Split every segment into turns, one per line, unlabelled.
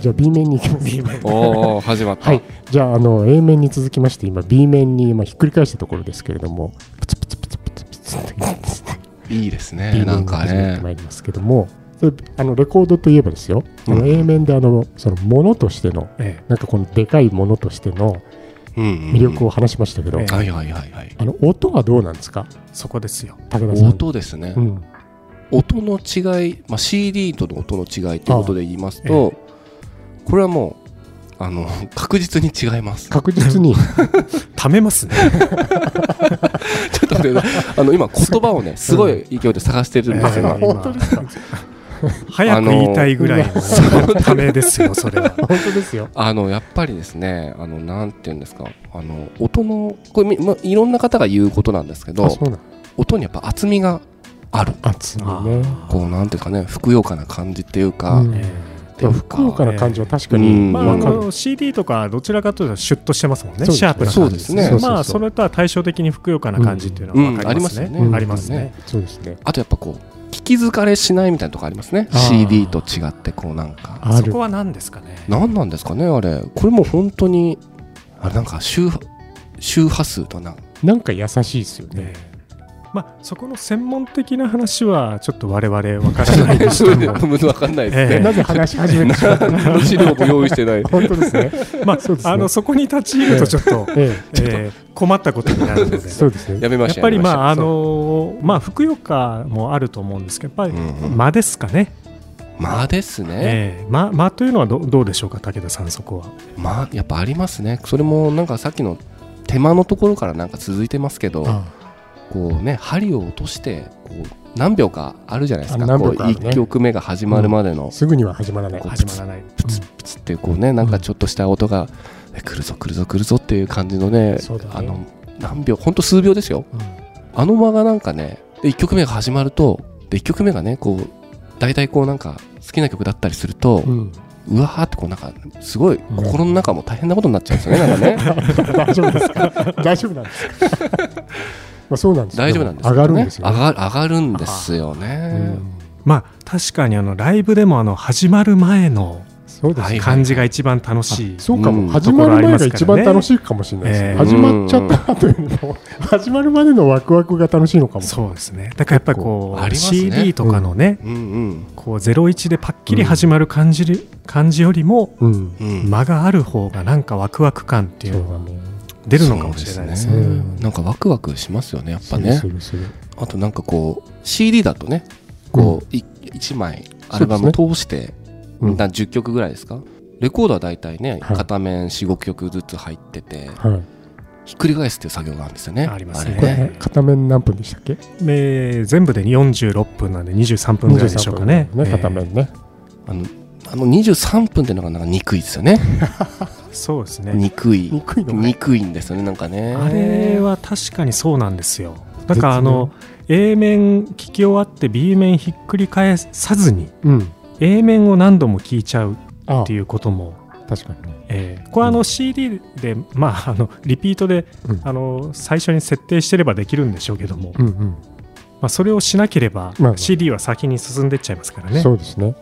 じゃあ B 面に行きます
おお始まった、
はい、じゃああの A 面に続きまして今 B 面に今ひっくり返したところですけれどもプツプツプツプツプツって
いいです
B
ねな
面
ん
が
か
始まって
ね
まいりますけども、それあのレコードといえばですよ、あ
う
の
ん
A 面であのそのものとしての
え
なんかこのでかいものとしての魅
魅
力を話しましたけど、
うんええ
はいはいはいはい
あの音はどうなんですか
えそこですよ。
武田さん
音ですね、
うん
音の違い、まあ、CD との音の違いということで言いますと、これはもうあの 確実に違います
確実に
ためますね。
ちょっと 待ってくださいあの今言葉をねすごい勢いで探してるんですよ、
ええ
今
本当ですか
早く言いたいぐらい
あの
のためですよ、それは。
本当ですよ
あのやっぱりですねあのなんて言うんですかあの音のこれ、みまあ、いろんな方が言うことなんですけ
あ
ど
そうなん
音にやっぱ厚みがある
厚みね
こうなんていうかねふくよかな感じっていうか、
うん
え
っていうか
福岡な感じは確か
う
に
えま
ん
あ、あ
わかる、
の CD とかどちらかというとシュッとしてますもん
そう
ね、
ですね
シャープな感じですね。
そうです
ね
ま
そうそう
あ、そ
そう
れとは対照的にふくよかな感じっていうのは分かりますね。
うんうん
ありますね。
そうですね
あとやっぱこう聞き疲れしないみたいなとこありますね
あー
CD と違ってこうなんか
あ
そ
る
こは何ですかね。
何なんですかねあれこれもう本当にあれなんか周波周波数とな
なんか優しいですよね
ええまあ、そこの専門的な話はちょっと我々分からない ですけども、
分かんないです
え
ね
え
なぜ話し始めてしまった の
資料も用意してない
本当ですね
まあ、
そうですね
あのそこに立ち入るとちょっと、
ええ
ええ困ったことになるので。
そうですね
やめま
や
し
ったぱりまああ
やめ
のまあふくよかもあると思うんですけどやっぱり
うんうん
間ですかね、
ましたまあですね
ええ間間というのはどどうでしょうか武田さんそこは
まあやっぱありますねそれもなんかさっきの手間のところからなんか続いてますけど
あ
こうね針を落としてこう何秒かあるじゃないです
あ
か
何
こ
秒
う
かあるね
1曲目が始まるまでの
すぐには始まらない
こう
始まらない
プツプツってこうねなんかちょっとした音が、え来るぞ来るぞ来るぞっていう感じのね
そうだね
あの何秒ほんと数秒ですよあの間がなんかね1曲目が始まるとで1曲目がねこう大体こうなんか好きな曲だったりすると、
うんうん
うわーってこうなんかすごい心の中も大変なことになっちゃうんですよね、なんかね
大丈夫ですか 大丈夫なんですかまあそうなんですよ
大丈夫なんです
上
け
が
ど
るん
ね
ですよね
上が上がるんですよ
う
ね、
ん
まあ確かにあのライブでもあの始まる前の
そうです
はい
ね
感じが一番楽しい、
そうか
うん
も始まる前が一番
ところあり
楽
ま
しいかもしれないですね
ええ
始まっちゃったというのも始まるまでのワクワクが楽しいのかも
そうですねだからやっぱりこ
結構あ
う、
りますね
CD とかのね、
うん、うん
こう01でパッキリ始まる感じ,、感じよりも
うん
うん
間がある方がなんかワクワク感ってい
そうう
の
だ
が
ね
出るのかもしれないです
そう
ね。
ですね
うん
なんかワクワクしますよねやっぱね
するするする
あとなんかこう CD だとねこう、い一枚アルバム通して、
うん
な10曲ぐらいですかレコードは大体ね、
はい
片面45曲ずつ入ってて
はい
ひっくり返すっていう作業があるんですよね
ありますね
れ
これ片面何分でしたっけ
で全部で46分なんで23分ぐらいでしょうかね。
23分ね片面ね
あのあの23分っていうのがなんか憎いですよね
えーそうですね。
憎い
憎いのかい
憎いんですよねなんかね
あれは確かにそうなんですよ。だからあの A 面聞き終わって B 面ひっくり返さずに
うん
A 面を何度も聞いちゃうっ
あ
ていうことも。
確かにね
えーこれはあの CD で、まあ、あのリピートで、
うん
あの最初に設定してればできるんでしょうけども、
うんうん
まあ、それをしなければ
まあまあ
CD は先に進んでっちゃいますからね、
そうですね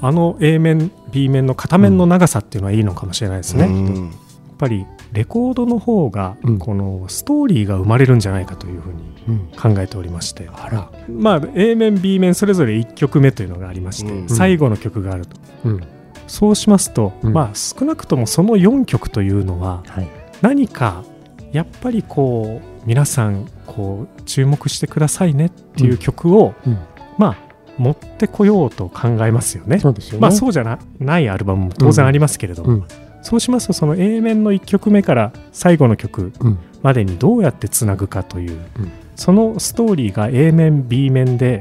あの A 面 B 面の片面の長さっていうのはいいのかもしれないですね、
う
や
ん
っぱりレコードの方が
うん
このストーリーが生まれるんじゃないかというふうに
うん
考えておりまして、
あら
まあ、A 面 B 面それぞれ1曲目というのがありまして、
うん
最後の曲があると
うん
そうしますと、
うん
まあ、少なくともその4曲というのは
はい
何かやっぱりこう皆さんこう注目してくださいねっていう曲を、
うん
まあ持ってこようと考えますよね。
そうですよね
まあそうじゃなないアルバムも当然ありますけれども、
うん
そうしますとその A 面の1曲目から最後の曲
うん
までにどうやってつなぐかという、
うん
そのストーリーが A 面 B 面で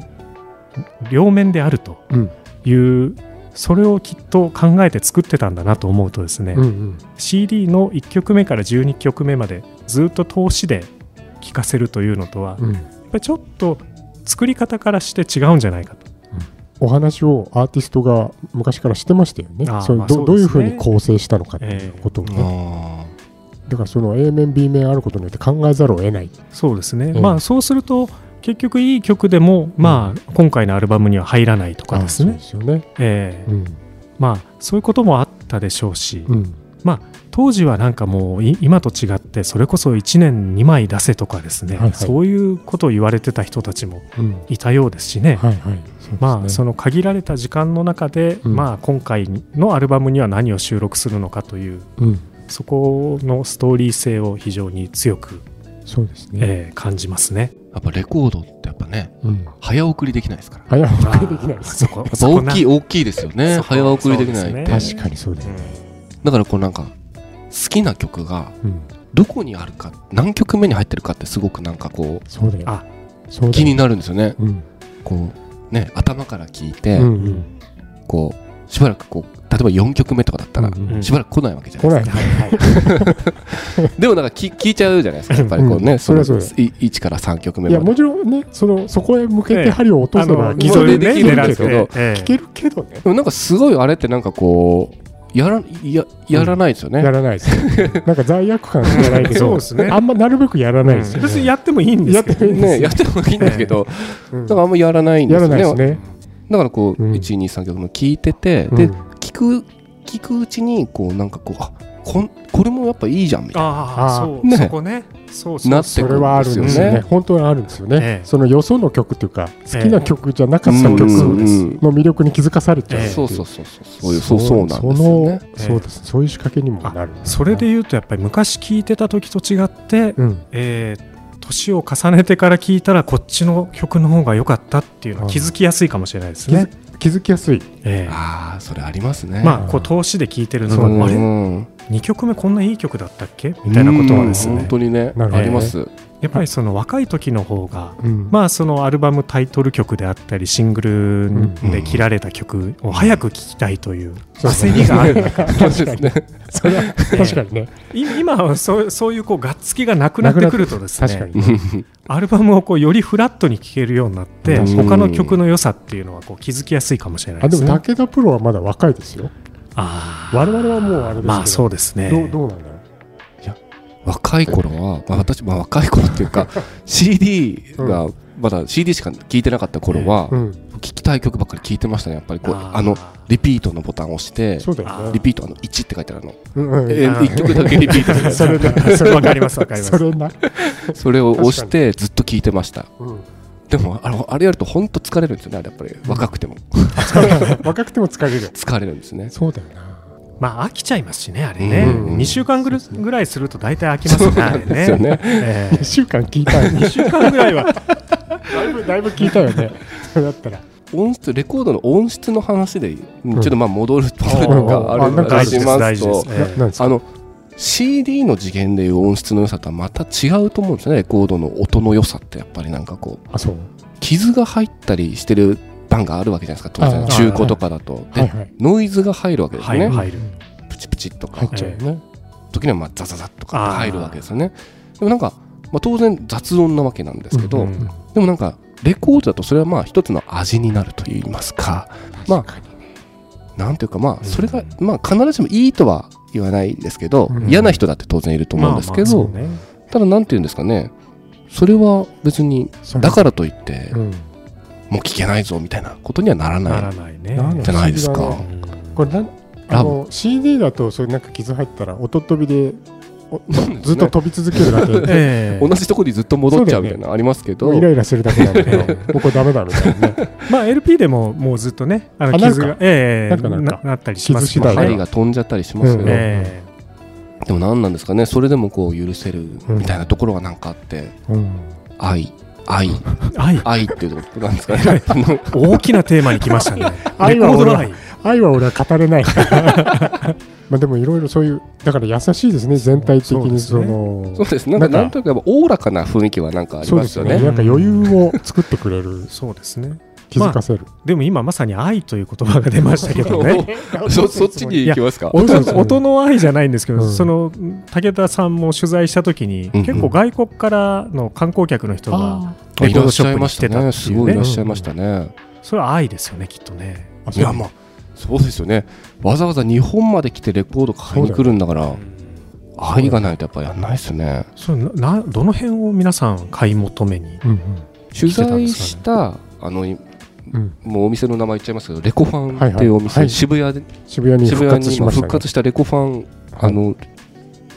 両面であると
うん
いうそれをきっと考えて作ってたんだなと思うとですね、
うんうん
CD の1曲目から12曲目までずっと通しで聴かせるというのとは、やっ
うん
ぱりちょっと作り方からして違うんじゃないかと。
お話をアーティストが昔からしてましたよね
あー
そう
まあ
ど
そう
どう
です
いう
ね
ふうに構成したのかっていうことをね、
あ
だからその A 面 B 面あることによって考えざるを得ない
そうですね、
ええ
まあそうすると結局いい曲でも、まあ今回のアルバムには入らないとかですね、
あーそうですよね、
ええ
うん
まあそういうこともあったでしょうし、
うん
当時はなんかもうい今と違ってそれこそ1年2枚出せとかですね、
はいはい
そういうことを言われてた人たちも
うん
いたようですしね、
はいはいそうですね
まあその限られた時間の中で、
うん
まあ今回のアルバムには何を収録するのかという
うん
そこのストーリー性を非常に強く、
そうですね
えー感じますね。
やっぱレコードってやっぱね、
うん
早送りできないですから。
早送りできない
あーそこ
やっぱ大きい、
い
大きいですよね。
そこ
早送りできないっ
そう
て。
です
確かにそうだよね
だからこうなんか、好きな曲が
うん
どこにあるか、何曲目に入ってるかってすごくなんかこ
そうだよ
あ
そうだよ
う、気になるんですよね。
うん
こう、ね、頭から聞いて、
うんうん
こう、しばらくこう、例えば4曲目とかだったら、
うん
うん
しばらく来ないわけじゃな
来
いですか。
ない
でもなんか聞聞いちゃうじゃないですか。やっぱりこうね、
うん
その
そりゃそう
い1から3曲目
いや
まで
も。ちろんねそのそこへ向けて針を落と
あ
せば
の偽
偽
造
造
偽造
で
で
ね
ね
できる
狙
けど
き
っ
る
て
け、
え
聞
え
けるけどね
でもなんかすごいあれってなんかこう、やら、や、やらないですよね。
やらないですよ なんか罪悪感しかないけ
そう
ど
ですね
あんまなるべくやらないですよ
別に
ね
やってもいいんですけど
ね、やってもいいんだけど、
うん
だからあんまやらないんで
や
すよ
らな
ね。
いですね
だからこう、
うん
1、2、3曲も聞いてて、
うん
で、聞く、聞くうちに、こう、なんかこう、あこんこれもやっぱいいじゃん、みたい
ああ
あー
そう、
ね
そこねそうそう
なって
それはあるんです
そう
よ
です
ね
よね
本当にあるんですよね
ええ
そのよその曲というか
え
好きな曲じゃなかった曲
うん
の魅力に気づかされちゃう
え
っ
な。
え
てい
そうそうそうそう。そういう、そうそうなんですよね。
そのそうですそういう仕掛けにもなる
それで言うとやっぱり昔聞いてた時と違って、
うん
えー年を重ねてから聞いたらこっちの曲の方が良かったっていうのは気づきやすいかもしれないです
気づ
ね。
気づきやすい
ええ
ああ、それありますね。
まあこう投資で聞いてる
う
の
ん
があれ
うん
2曲目こんないい曲だったっけみたいなことはです
うん
ね
本当にね、
なるほどね
あります。
やっぱりその若い時の方が
うん
まあそのアルバムタイトル曲であったりシングルで切られた曲を早く聴きたいという焦りがある
そうですね。
それは確かにね
い今はそうそういうこうがっつきがなくなってくるとです
確か
ね
にね
アルバムをこうよりフラットに聴けるようになって
うん
他の曲の良さっていうのはこう気づきやすいかもしれない
あ
で
ですも
ね。
武田プロはまだ若いですよ
あー
我々はもうあれですけど
まあそうですね。
どうどうなんだろ
若い頃は、まあ、私、まあ、若い頃っていう か CD がまだ CD しか聴いてなかった頃は
ううん
聴きたい曲ばっかり聴いてましたねやっぱりこう
あ
あ
ー
のリピートのボタンを押して
そうだよ
あ
ね
リピートあの1って書いてあるの、
うんうん
え
あー
1曲だけリピートする
それだ
それ わかりますわかります
それな
それを押してずっと聴いてました
うん
でもあのあれやると本当疲れるんですよねあれやっぱり若くても
若くても疲れる
疲れるんですね
そうだよな
まあ飽きちゃいますしね、あれね。
うん
2週間ぐるぐらいすると大体飽きますね、あれ
ですよ
ね。
ね
え
2週間聞いたよね
2週間ぐらいは。
だいぶだいぶ聞いたよねそれだったら
音質レコードの音質の話でちょっとまあ戻るところが
あ
あ
おー
る
なんか
話
大事
し
です
ま
大
す
事で
と
す。ええ
なんですか
あの CD の次元でいう音質の良さとはまた違うと思うんですよねレコードの音の良さってやっぱりなんかこう
あそう
傷が入ったりしてる段があるわけじゃないですか当
あ
然
ー
中古とかだと
はい
で
はい
ノイズが入るわけですよ
入る
ね
入る。
プチプチと
入
か
っちゃうよ
え
ね
時にはまあザザザとかって入るわけですよねでもなんかまあ当然雑音なわけなんですけ
う
ど
ん
でもなんかレコードだとそれはまあ一つの味になると言いますかまあなんていうかま
ん
あそれがまあ必ずしもいいとは言わないんですけど
うん
嫌な人だって当然いると思うんですけど
まあまあそうね
ただなんて言うんですかねそれは別にだかららといって
うん
もう聞けないぞみたいなことにはなら
な
な
ら
い
ないね。
なん
じゃないです
不思
か
議だこれなんあ
ラブ
の CD だとそれなんか傷入ったら音飛びでおずっと飛び続けるだけで
ええ
同じとこにずっと戻っちゃうみたいなのありますけど
もうイライラするだけなんだ けどもうこれダメだみたいなね
まあ LP でももうずっとね、あの
あなんか
傷が、ええ
なんかなんか
ななったりします
傷次第だ
針
ね
が飛んじゃったりしますけど、
うん
で
ええ
も何なんですかねそれでもこう許せるみたいなところがなんかあって、
うん
愛愛
愛
愛っていうところなんですかねあの
大きなテーマに来ましたね。
愛
レコ
は
ード
俺
の
は
愛。
愛は俺は語れない まあでもいろいろそういうだから優しいですね全体的にそ
そうですね
の
そうですなん
な
か
んか
なんとなくやっぱおおらかな雰囲気はなんかあり
そう
ま
ですす
よ
よ
ね
ねなんか余裕を作ってくれる
そうですね。
気づかせる
でも今まさに愛という言葉が出ましたけ どね。
そそっちに行きますか
や
音
そうそう
音の愛じゃないんですけど、
うん
その武田さんも取材した時に、
んうん
結構外国からの観光客の人が
あ
レ
い
コー
らっ
ドシ
し
ョ
ゃい
ップに
ま
来
してた
たっ
ねす
ていうね
ごいいらっしゃいましたね、
それは愛ですよねきっとね
あそ
いうやまあそうですよねわざわざ日本まで来てレコード買いに来るんだから愛がないとやっぱやんないですね
それななどの辺を皆さん買い求めに
うんうん
取材したあのい
うん
もうお店の名前言っちゃいますけどレコファンって
はいいう
お
はい
店、
はい
渋谷で
渋谷に
渋
復
谷
活
に
し
今
まし
復
たね
活したレコファン、あの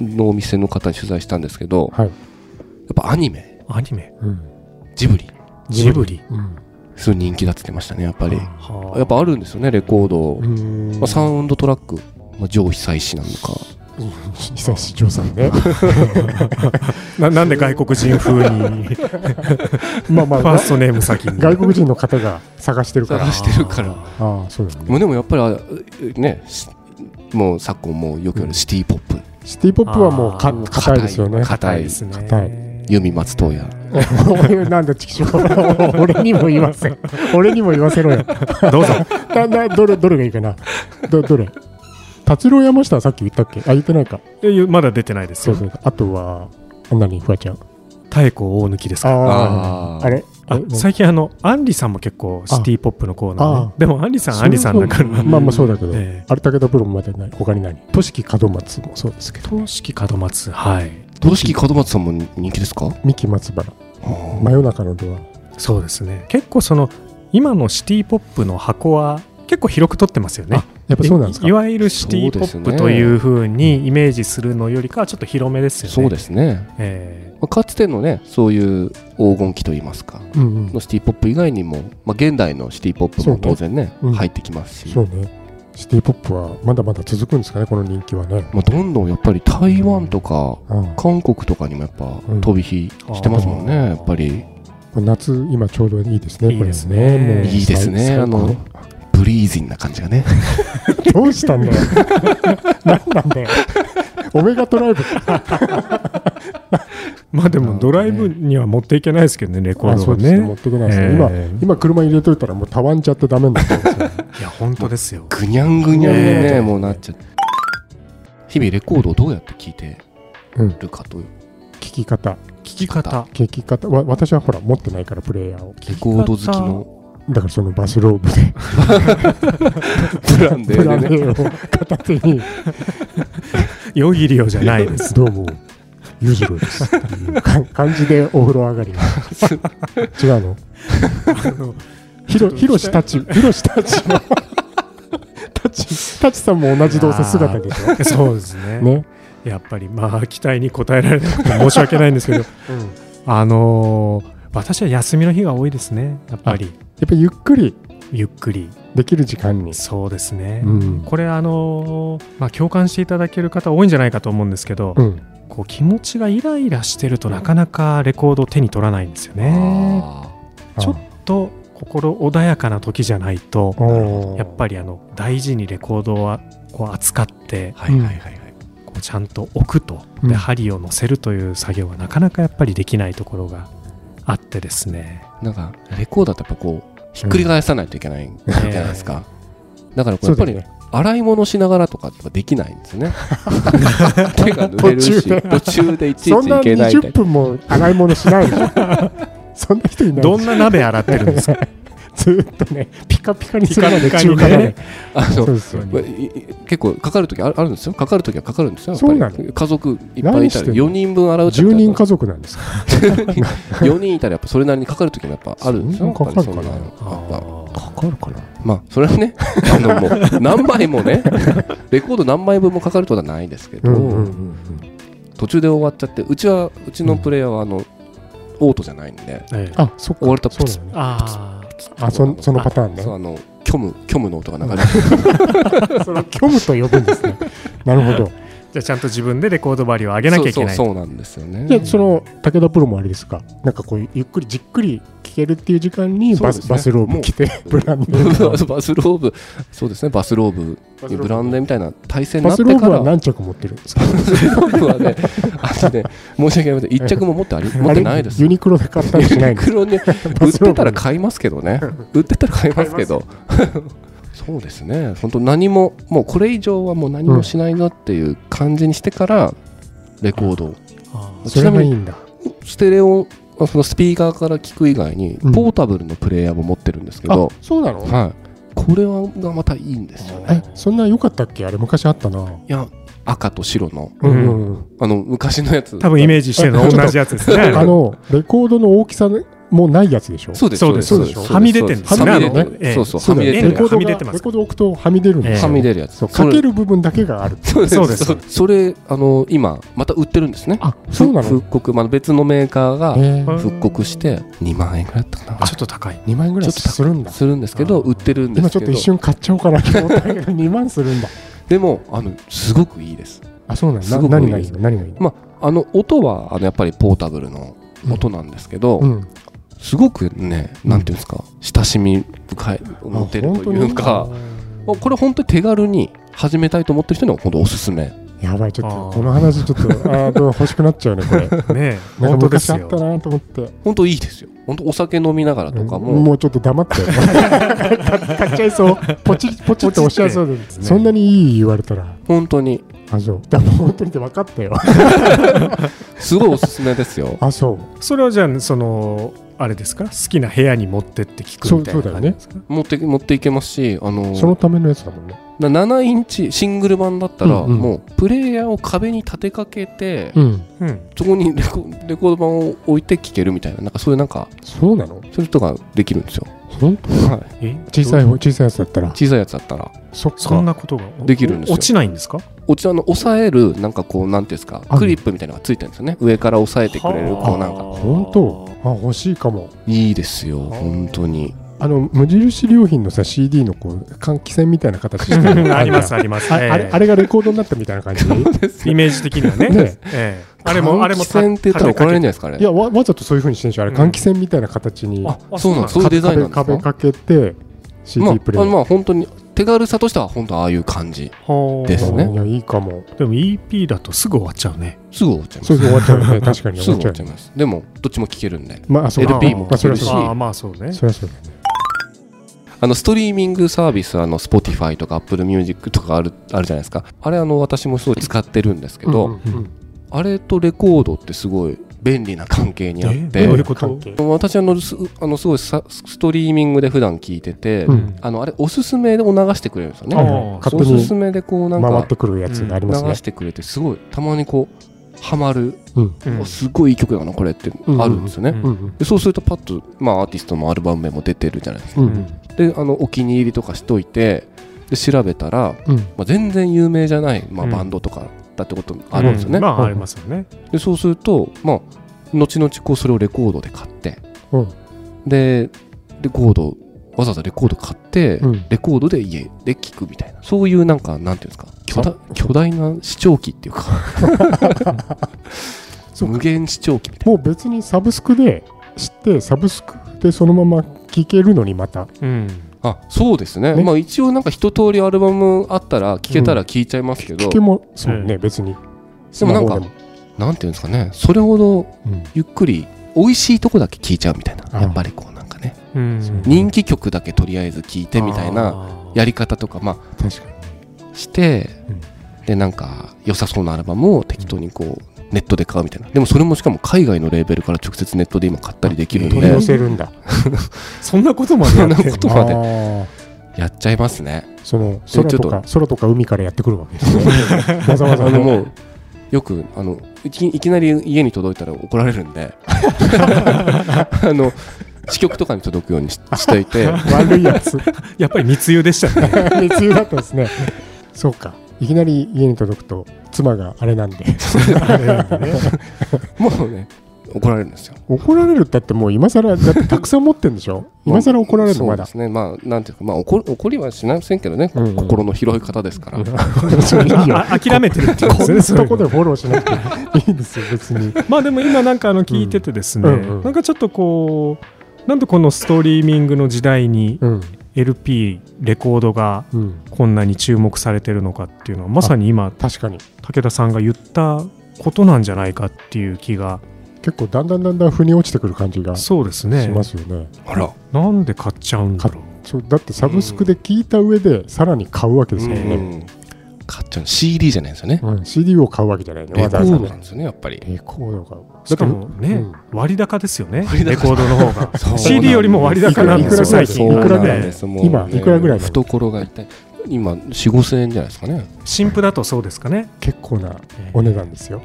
のお店の方に取材したんですけど、
はい
やっぱアニメ
アニメ
うん
ジブリ
ジブリ
うん
すごい人気だって言ってましたねやっぱり、
はあ
やっぱあるんですよねレコード、
うーん
まあ、サウンドトラック、まあ、上久石なのか
久石譲さんね
ななんで外国人風にフ
まあま
ァ
あ
ーストネーム先に
外国人の方が探してるから
探してるから
あ
ああそうだ
ま
ね
あでもやっぱりあねしもう昨今もうよく言われるシティポップ、
シティポップはもうか
あー
硬いですよね
ー硬
硬い
いですね
硬い
弓松任谷
なんだ、ちくしょう。俺にも言わせ。 俺にも言わせろよ。
どうぞ
だんだどれ、どれがいいかな。ど、どれ。達郎山下はさっき言ったっけあ、言ってないか。
えゆまだ出てないです
そ
よ
うそう。あとは、何、フワちゃん。
太鼓大抜きですか
あ
あ
あ。
ー
あれ
あ最近あのアンリさんも結構シティポップのコーナーね
ああ
でもアンリさんアンリさんだから
そうそうまあまあそうだけど。
ええ
あれだけどプロもまだない。他に何都市門松もそうですけど。
東式門松はい
公式門松さんも人気ですか
三木松原。
あ
真夜中のドア。
そうですね結構その今のシティポップの箱は結構広く取ってますよね
あ、やっぱそうなんですか
いいわゆるシティポップというふうにイメージするのよりかはちょっと広めですよね
そうですね、
え
まあ、かつてのねそういう黄金期といいますか
うんうん
の。シティポップ以外にも、まあ、現代のシティポップ
そう
も
ね
当然ね
うん
入ってきますし、
そうね。シティポップはまだまだ続くんですかね、この人気はね。
まあ、どんどんやっぱり台湾とか
うん
韓国とかにもやっぱ
うん
飛び火してますもんね、
あー
やっぱり
これ夏、今ちょうどいいですね、
いい
これ
ですね
もう
いいですね
最
あのブリーズィンな感じがね
最高どうしたん だよ。何なんだよ。オメガトライブ
え まあでもドライブには持っていけないですけどねレコー
あ
ド
そ
は
うですね、
ね
持ってこないですね。
ええ
今、今車に入れといたらもうたわんちゃってダメになったんですよ。
いや本当ですよ
ぐにゃんぐにゃんにね
ねえ
もうなっちゃって日々レコードをどうやって聴いてるかという、
聞き方、
聞き方
聞き方わ。私はほら、持ってないから、プレイヤーを。
レコード好きの
だからそのバスローブで、
プランで
プラ
ね
ネを片手に、
よぎりよじゃないで す
どうも、裕次郎ですっていう感 感じでお風呂上がり。 違うのひろ、ひろしたち、ひろしたちも。たち、たちさんも同じどうせ姿でしょ。
そうですね
ね。
やっぱりまあ期待に応えられなくて申し訳ないんですけどあのー私は休みの日が多いですねやっぱり
やっぱりゆっくり
ゆっくり
できる時間に。
そうですね、
うん。
これあのーまあ、共感していただける方多いんじゃないかと思うんですけど、
うん。
こう気持ちがイライラしてるとなかなかレコードを手に取らないんですよね。
あ
ちょっと心穏やかな時じゃないと
と
やっぱ
り。
りあの大事にレコードはこう扱って
ーはいはいはいはい、
こうちゃんと置くと
うん
で針を乗せるという作業がなかなかやっぱりできないところがあってですね。
なんかレコードだとやっぱこうひっくり返さないといけないじゃないですか、だからこう
そ
や
う
っぱ
だ
り
ね。
洗い物しながらとかってできないん ですね。手が濡れるし、
途中で
途中でいちい
そ
ち
ん
い
な
けないみた
20
いな。
分も洗い物しない でしょ。そんな人いないでしょ
どんな鍋洗ってるん ですか
ずーっとね、ピカピカにするまで
ピカピ
中
カにね
華だね。
あ
そう
の
ですよ
まあいい結構かかるときあるあるんですよ。かかるときはかかるんですよ。やっぱ
そう
り
なの
家族いっぱいいた
何して
ら
んの
4人分洗うって
10人家族なんですか。
4人いたらやっぱそれなりにかかるときもやっぱあるんですよ。
そんなかかるかな
やっぱりそんなのやっぱ
かかるかな。
まあそれは ね、あのもう何枚もね、レコード何枚分もかかることはないですけど、
うんうんうん。
途中で終わっちゃって、うちはうちのプレイヤーはあの、オートじゃないんで、
ええ
あ、そっか。
終わると
そうだよね。
あー
あ、そんそのパターンね
そう。あの虚無虚無の音が流れて
それを虚無と呼ぶんです ね。なるほど。
じゃあちゃんと自分でレコード針を上げなきゃいけない
そうそうそうなんですよね
じゃあその武田プロもあれですか、なんかこうゆっくりじっくり聞けるっていう時間に
そ
バ
うで
ス,、
すね
バスローブ着て、ブランドの
バスローブそうですねバスローブ
バスローブ
ブランデーみたいな体勢にな
バ
って
ス
か
ロ
ら
ーブは何着持ってるんですか、
バスローブはねあのね申し訳ありません一着も持ってあり持ってないです
ユニクロで買ったりし ないんです
黒ね売
バ
っ
スローブ
てたら買いますけどね売ってたら買いますけどそうですね本当何ももうこれ以上はもう何もしないなっていう感じにしてからレコードを
あー
それがいいんだ。
ステレオあそのスピーカーから聞く以外に
うん
ポータブルのプレイヤーも持ってるんですけど
あ、そうなの
はい、これはがまたいいんですよね。
え、そんな良かったっけあれ昔あったな。
いや赤と白の
う
うんん
うんうん、
あの昔のやつ
多分イメージしてるのは同じやつですね。
あのレコードの大きさもうないやつでしょ
そうです
そうです
そうです
はみ出てんですよね
はみ出てる
あのええ
そうそう
そう
はみ
だ
出
よ
て
ね
る
レコード
はみ
が
出
レ
て
コ
ます
ード置くとはみ出るんで
ええ
す
は
よ
み出るやつ
そうかける部分だけがある
そうです
そうです
そうそれあの今また売ってるんですね
あそうな
復
の
刻、まあ、別のメーカーが
ええ
うん
復刻して2万円ぐらいだったか
ちょっと高い
2万円ぐらいするんだ
なするんですけど売ってるんで
今
す
ちょっ
け
と
ど
一瞬買っちゃおうかなと思ったけど2万するんだ
でもあのすごくいいです
あそうなん
す
だ
ご
な
く
何が
いい
い
で
い
す
の何がいいの
まああの音はあのやっぱりポータブルの音なんですけど、
うん
すごくねなんていうんですか親しみ深い持てるというかまあこれ本当に手軽に始めたいと思ってる人には本当おすすめ
やばいちょっ
あ
と
ー
この話ちょっとあーでも欲 しくなっちゃうね これ
ねえ
な
本
んか
当で
昔
す
あっ
よ
たなと思って
本当いいですよ本当お酒飲みながらとかも、
うんもうちょっと黙って 買っちゃいそうポチポチって押しちゃいそうで
ね
そんなにいい言われたら
本当に
あそうだから本当にって分かったよ
すごいおすすめですよ
あそう
それはじゃあそのあれですか好きな部屋に持ってって聞くみたい
そ
な
うそう
感
だ
じ
よね
ですか
持って持っていけますしあの
そのためのやつだもんね
な7インチシングル版だった
う
ら、
んうん
もうプレイヤーを壁に立てかけて、
うん
うん
そこにレコレコード版を置いて聴けるみたいななんかそういうなんか
そうなの
そういうことができるんですよ、
本当
はい、
え
小さい方小さいやつだったら
小さいやつだったら
そっ
そん
か
なことが
できるんですよ
落ちないんですか
こちらの押さえるなんかこうなんていうんですか
ある
クリップみたいなのがついてるんですよね上から押さえてくれる
はあ
こうなんか
本当あ欲しいかも
いいですよ
はあ
本当に
あの無印良品のさ CD のこう換気扇みたいな形してるのが
あ
る
り
じゃん
ますあります
あ
ええ
あれあれがレコードになったみたいな感じい
イメージ的にはね
ね
ええあれもあれも
換気扇って言ったら怒られるんじゃないですかあれ
やわわざとそういうふうにしてんでしょあれ換気扇みたいな形に
ああ
そうなんですそういうデザインなんですか
壁壁かけて
ま
CD プレイヤー
ああのまあ本当に手軽さとしては本当ああいう感じ
はあ
ですね
いやいいかも
でも EP だとすぐ終わっちゃうね
すぐ終わっちゃいます
そうそう終わっちゃうね確かに
す
終わ
ぐ
っ
終
ちゃ
わっ
う
ちゃいますでもどっちも聴けるんで
まああそうか
LP も
あそりゃ
聴けるし
そう
ああまあそうね
だそりゃそうだ
あのストリーミングサービスあの Spotify とか Apple Music とかあるあるじゃないですかあれあの私もそう使ってるんですけど、
うんうんうん
あれとレコードってすごい便利な関係にあっ
え
て
どういうこと
関係
私あのすあのすごいさストリーミングで普段聞いてて、
うん
あのあれおすすめを流してくれるんですよ
は
ね
いはい
ああ
勝
お
手
す
に
すめでこうなん
回っ
か
てくるやつがあり
流
ますね
してくれてすごいたまにこうハマる、
うん
うん
おすごいいい曲だなこれってあるんですよね、
うん
うんうん
でそうするとパッと、まあ、アーティストのアルバム名も出てるじゃないですか
う
うんん
であのお気に入りとかしといてで調べたら、
うん
まあ、全然有名じゃない、まあ、
うん
バンドとかだってことあるんですよね、
まあありますよね
でそうすると、まあ、後々こうそれをレコードで買って、
うん
でレコードわざわざレコード買って、
うん
レコードで家で聴くみたいなそういうなんかなんていうんですか巨大巨大な視聴器っていう か
そうか
無限視聴器みたい
もう別にサブスクで知ってサブスクでそのまま聴けるのにまた
うん
なあそうですね
ね
まあ一応なんか一通りアルバムあったら聴けたら聴いちゃいますけど、
聴けもそうね別に
でもなんか
スマホ
なんていうんですかねそれほど
でも
ゆっくり美味しいとこだけ聴いちゃうみたいな
あ
やっぱりこうなんかね
うん
人気曲だけとりあえず聴いてみたいな
ああ
やり方とかまあ
うん確かに
して、でなんか良さそうなアルバムを適当にこうネットで買うみたいなでもそれもしかも海外のレーベルから直接ネットで今買ったりできるの
取り
で
寄せるんだ
そんなことまでやってんの
そんなことまで
あー
やっちゃいますね
その空
ちょっ
と
と
か空とか海からやってくるわけ ですねわざわ
あ
ざね
のもうよくあのいきいきなり家に届いたら怒られるん であの支局とかに届くようにししてい て
悪いやつ
やっぱり密輸でしたね
熱中だったんですねそうかいきなり家に届くと妻があれなん であれなんでね
もうね怒られるんですよ
怒られるったってもう今更だってたくさん持ってんでしょ今更怒られるの
ま
ま
あ
だ
そうですねまあなんていうかまあ怒る怒りはしませんけどね、
う
こ
んうん
心の広い方ですから、
それいいよ
あ諦めてるっていう
こんなとこ
で
でフォローしなくていいんですよ、別に。
まあでも今なんかあの聞いててですね、
うんうんうん
なんかちょっとこうなんでこのストリーミングの時代に
うん。
LP レコードが
うん。
こんなに注目されてるのかっていうのはまさに今
確かに。
武田さんが言ったことなんじゃないかっていう気が
結構、だんだんだんだん腑に落ちてくる感じがし
そうですね
ますよね。
あら
なんで買っちゃうんだろう
そうだって、サブスクで聞いた上で、さらに買うわけですよ
う
ね。
ん買っちゃう CD じゃないんですよね、
うん CD を買うわけじゃないね、
レ
わ
コ
ざわざ
ードなん
ね。
ですよねやっぱり
レコードを買う。だって
しかもね、
うん
割高ですよね
割高
レコードの方
そうなんで
が
す
CD よりも割高なんです
いく
よ
ら
最
い
近
くら
そう
ぐ
な
ら
ん
い
ですもう
今いくらぐらいなの
懐が痛い今4 5千円じゃないですかね
新譜だとそうですかね
結構なお値段ですよ。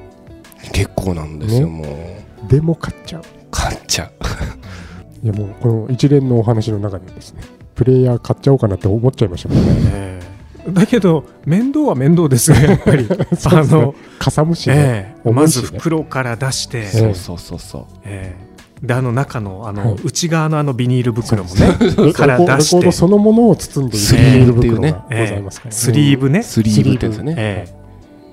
結構なんですよ、
ね
もう
でも買っちゃう。
買っちゃう
いやもうこの一連のお話の中でですねプレイヤー買っちゃおうかなって思っちゃいましたもんね
ええだけど面倒は面 倒ですねやっぱり
そう
あ
ですね
の、
かさむしね、
ええ
重
ま
いし
ず
ね
袋から出して、
え
そうそうそうそう
ええであの中のあの、
はい
内側のあのビニール袋も
そう
ね
レコ
から
レコ
出して
ードそのものを包んでい
ス
る
リ
ビニー
ー
ル
ブっていう
袋
ね
がございますから、
スリーブね、
スリーブってやつね、
え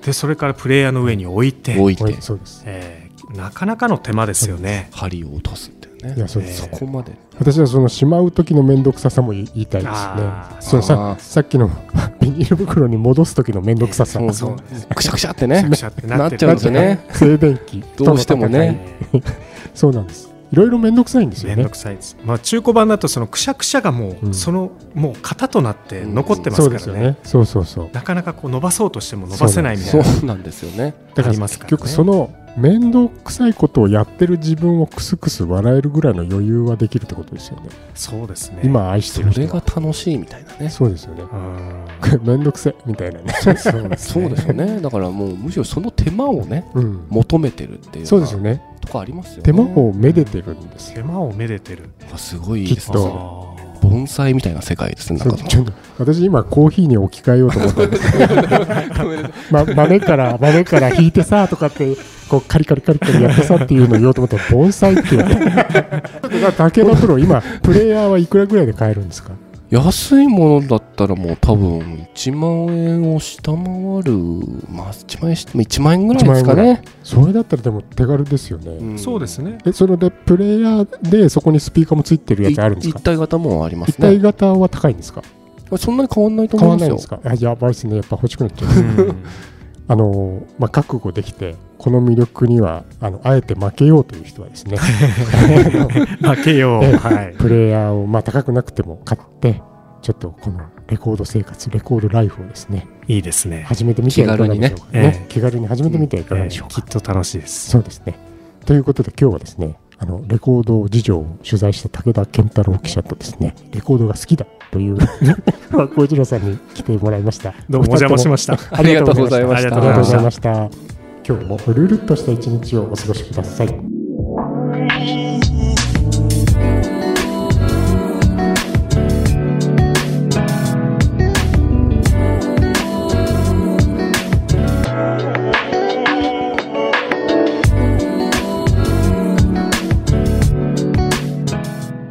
えでそれからプレイヤーの上に置いて
置いて
はいそうです
ええなかなかの手間ですよね。
針を落とすっていうね
いやそうです、
え
そこまで
私はそのしまう時の面倒くささも言いたいですね
あー
その
あ
さ
ー
さっきの ビニール袋に戻す時の面倒くささ、
そう
そう
くしゃくしゃってね
くしゃってな
な
って
っちゃうんですよね
静電気との
どうしてもね
え
戦いそうなんですいろいろ面倒くさいんです
え
よ
めんど
ね
くさいです。まあ中古版だとそのくしゃくしゃがも
うん
うそのもう型となって残ってま
そ
す
う
か
です
ら
よ
ね
ね。そうそうそう
なかなかこう伸ばそうとしても伸ばせないみた
そ
いな。
うなんですよね
だから
ありま
結
すからね
局その面倒くさいことをやってる自分をクスクス笑えるぐらいの余裕はできるってことですよね
そうですね。
今愛し
そ
てる人
れが楽しいみたいなね
そうですよね
う ん
面倒くせえみたいなね
そうです
そうですよねだからもうむしろその手間をね
うん
求めてるっていうか
そうですよね
とかありますよね
手間をめでてるんですよ
手間をめでてる。
あすごいいいですね
きっ
そ
と
れ
あー
盆栽みたいな世界ですね
そ
な
うん
か
ちょっと私今コーヒーに置き換えようと思った んですけどま、豆から豆から引いてさとかってこうカリカリカリカリやってさっていうのを言おうと思ったら盆栽っていうだ から竹田プロ今プレイヤーはいくらぐらいで買えるんですか
安いものだったらもう多分1万円を下回る、まあ、1万円し1万円ぐらいですか
1万
ね、
それだったらでも手軽ですよね、
ん
そうですね。
えそれでプレイヤーでそこにスピーカーもついてるや
い
つあるんですか
一体型もありま
一
すね
体型は高いんですか
そんなに変わんないと
買
思
わ
うん
な
で
い
す
ん
よ
ですかあやばいですねやっぱ欲しくなっちゃう
うん
あのまあ、覚悟できて、この魅力にはあのあえて負けようという人はです ね、
負けよう。
ええ
はい。
プレイヤーを、まあ、高くなくても買って、ちょっとこのレコード生活、レコードライフをですね、
いいですね。
始めてみてはいかがでしょうか
気軽にねええ
気軽に始めてみてはいかがでしょうか。
きっと楽しいです。
そうですね。ということで、今日はですね、あのレコード事情を取材した武田健太郎記者とですね、レコードが好きだと いう小一郎さんに来てもらいました。
どうもお邪魔しました。
ありがとうございました。
ありが
あ
と
りがとうご
うございまし
ざい
た
ま。した。今日もルルっとした一日をお過ごしください。